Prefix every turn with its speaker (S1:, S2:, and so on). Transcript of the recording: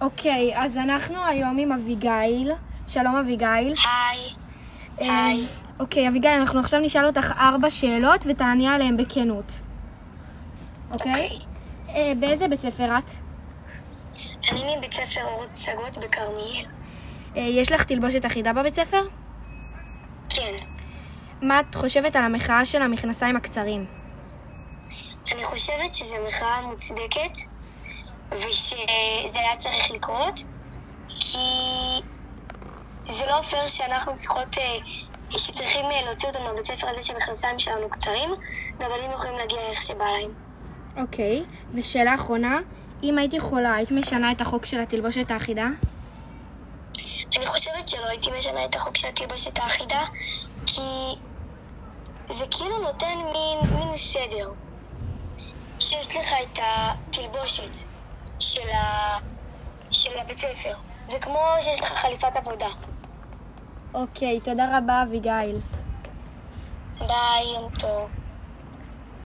S1: אוקיי, אז אנחנו היום עם אביגיל. שלום אביגיל.
S2: היי, היי.
S1: אה, אוקיי, אביגיל, אנחנו עכשיו נשאל אותך ארבע שאלות ותעני עליהן בכנות. אוקיי?
S2: אוקיי.
S1: אה, באיזה בית ספר את?
S2: אני מבית ספר אורות פסגות בכרמיאל.
S1: אה, יש לך תלבושת אחידה בבית ספר?
S2: כן,
S1: מה את חושבת על המחאה של המכנסיים הקצרים?
S2: אני חושבת שזו מחאה מוצדקת ושזה היה צריך לקרות כי זה לא פייר שאנחנו צריכות, אה, שצריכים אה, להוציא אותם מהבית ספר הזה שהמכנסיים שלנו קצרים והבנים יכולים להגיע איך שבא להם.
S1: אוקיי. ושאלה אחרונה, אם היית יכולה, היית משנה את החוק של התלבושת האחידה?
S2: אני חושבת שלא הייתי משנה את החוק של התלבושת האחידה כי זה כאילו נותן מין, מין סדר שיש לך את התלבושת של, ה, של הבית ספר זה כמו שיש לך חליפת עבודה
S1: אוקיי, תודה רבה אביגיל.
S2: ביי, יום טוב